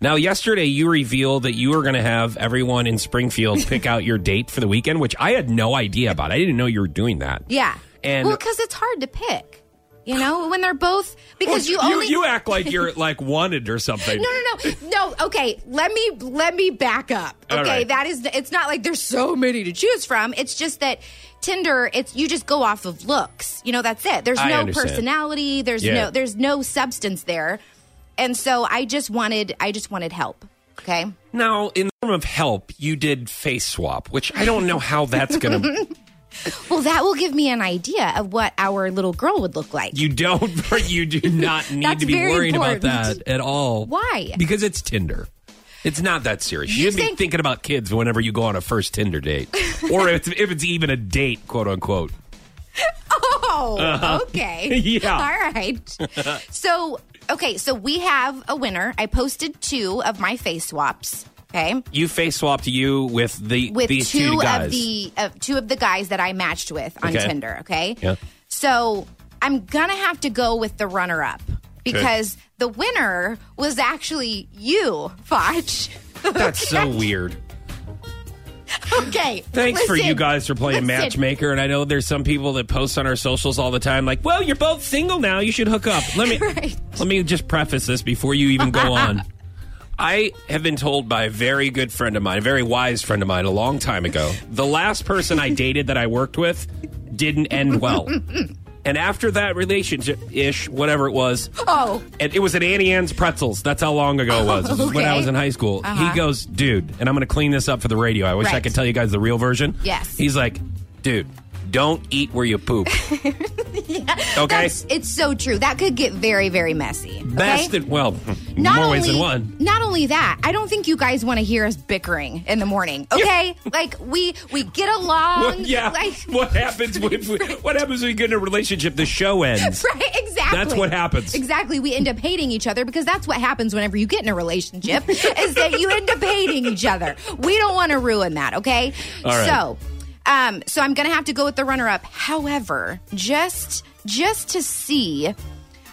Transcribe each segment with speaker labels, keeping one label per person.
Speaker 1: Now, yesterday you revealed that you were going to have everyone in Springfield pick out your date for the weekend, which I had no idea about. I didn't know you were doing that.
Speaker 2: Yeah.
Speaker 1: And-
Speaker 2: well, because it's hard to pick, you know, when they're both because you
Speaker 1: Well,
Speaker 2: only
Speaker 1: you act like you're like wanted or something.
Speaker 2: No, no, no, no. Okay, let me let me back up.
Speaker 1: All
Speaker 2: Okay,
Speaker 1: right.
Speaker 2: that is. It's not like there's so many to choose from. It's just that Tinder. It's you just go off of looks. You know, that's it. There's
Speaker 1: I
Speaker 2: no
Speaker 1: understand.
Speaker 2: personality. There's
Speaker 1: Yeah.
Speaker 2: no there's no substance there, and so I just wanted I just wanted help. Okay.
Speaker 1: Now, in the form of help, you did face swap, which I don't know how that's going to.
Speaker 2: Well, that will give me an idea of what our little girl would look like.
Speaker 1: You don't, but you do not need
Speaker 2: That's
Speaker 1: to be
Speaker 2: very
Speaker 1: worried about
Speaker 2: important.
Speaker 1: that at all.
Speaker 2: Why?
Speaker 1: Because it's Tinder. It's not that serious. You
Speaker 2: You
Speaker 1: shouldn't
Speaker 2: think-
Speaker 1: be thinking about kids whenever you go on a first Tinder date, or if it's, if it's even a date, quote unquote.
Speaker 2: Oh, okay.
Speaker 1: Uh-huh. Yeah.
Speaker 2: All right. so, okay, so we have a winner. I posted two of my face swaps. Okay.
Speaker 1: You face swapped you with the
Speaker 2: with
Speaker 1: these
Speaker 2: two,
Speaker 1: guys.
Speaker 2: of the uh, two of the guys that I matched with on
Speaker 1: Okay.
Speaker 2: Tinder. Okay.
Speaker 1: Yeah.
Speaker 2: So I'm gonna have to go with the runner up because the winner was actually you, Foch.
Speaker 1: That's so weird.
Speaker 2: okay.
Speaker 1: Thanks for
Speaker 2: listen,
Speaker 1: you guys for playing
Speaker 2: listen.
Speaker 1: matchmaker. And I know there's some people that post on our socials all the time, like, "Well, you're both single now. You should hook up." Let me
Speaker 2: Right.
Speaker 1: let me just preface this before you even go on. I have been told by a very good friend of mine, a very wise friend of mine, a long time ago, the last person I dated that I worked with didn't end well. And after that relationship ish, whatever it was,
Speaker 2: Oh,
Speaker 1: and it was at Annie Ann's Pretzels. That's how long ago it was. This was when I
Speaker 2: Okay. Uh-huh.
Speaker 1: was in high school. He goes, dude, and I'm going to clean this up for the radio. I wish I
Speaker 2: Right.
Speaker 1: could tell you guys the real version.
Speaker 2: Yes.
Speaker 1: He's like, dude, don't eat where you poop. okay.
Speaker 2: that's it's so true. That could get very very messy.
Speaker 1: Best
Speaker 2: okay?
Speaker 1: that, well, more ways than one.
Speaker 2: Not only that, I don't think you guys want to hear us bickering in the morning. Okay, like we we get along.
Speaker 1: Well, yeah.
Speaker 2: like
Speaker 1: what happens when we, what happens when you get in a relationship? The show ends.
Speaker 2: Right, exactly.
Speaker 1: That's what happens.
Speaker 2: Exactly. We end up hating each other because that's what happens whenever you get in a relationship is that you end up hating each other. We don't want to ruin that, okay?
Speaker 1: All right.
Speaker 2: So, um so I'm going to have to go with the runner up. However, just just to see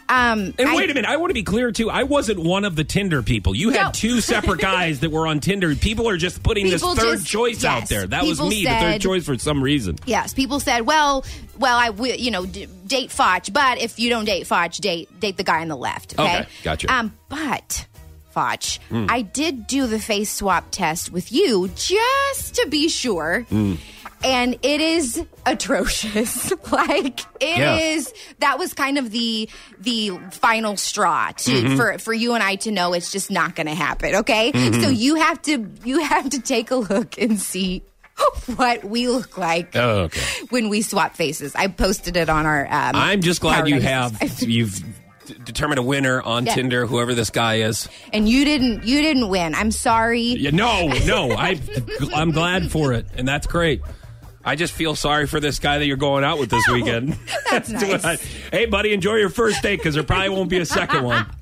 Speaker 2: um
Speaker 1: And
Speaker 2: I-
Speaker 1: wait a minute, I want to be clear too. I wasn't one of the Tinder people. You had
Speaker 2: No.
Speaker 1: two separate guys that were on Tinder. People are just putting
Speaker 2: People
Speaker 1: this third
Speaker 2: just-
Speaker 1: choice out
Speaker 2: yes.
Speaker 1: there. That
Speaker 2: People
Speaker 1: was me, the third
Speaker 2: said-
Speaker 1: choice for some reason.
Speaker 2: Yes, people said, "Well, well, I will, you know, d- date Foch, but if you don't date Foch, date date the guy on the left." Okay,
Speaker 1: Okay, gotcha. Hmm.
Speaker 2: Um, but Foch, I did do the face swap test with you just to be sure,
Speaker 1: Hmm.
Speaker 2: and it is atrocious. like it is.
Speaker 1: Yeah.
Speaker 2: That was kind of the the final straw to
Speaker 1: Mm-hmm.
Speaker 2: for for you and I to know it's just not going to happen. Okay,
Speaker 1: Mm-hmm.
Speaker 2: so you have to you have to take a look and see. What we look like
Speaker 1: Oh, okay.
Speaker 2: when we swap faces. I posted it on our. Um,
Speaker 1: I'm just glad
Speaker 2: Power
Speaker 1: you
Speaker 2: 96.
Speaker 1: have you've d- determined a winner on
Speaker 2: Yeah.
Speaker 1: Tinder, whoever this guy is.
Speaker 2: and you didn't. You didn't win. I'm sorry.
Speaker 1: Yeah, no, no, I I'm glad for it, and that's great. I just feel sorry for this guy that you're going out with this weekend.
Speaker 2: that's nice.
Speaker 1: what I- hey, buddy, enjoy your first date because there probably won't be a second one.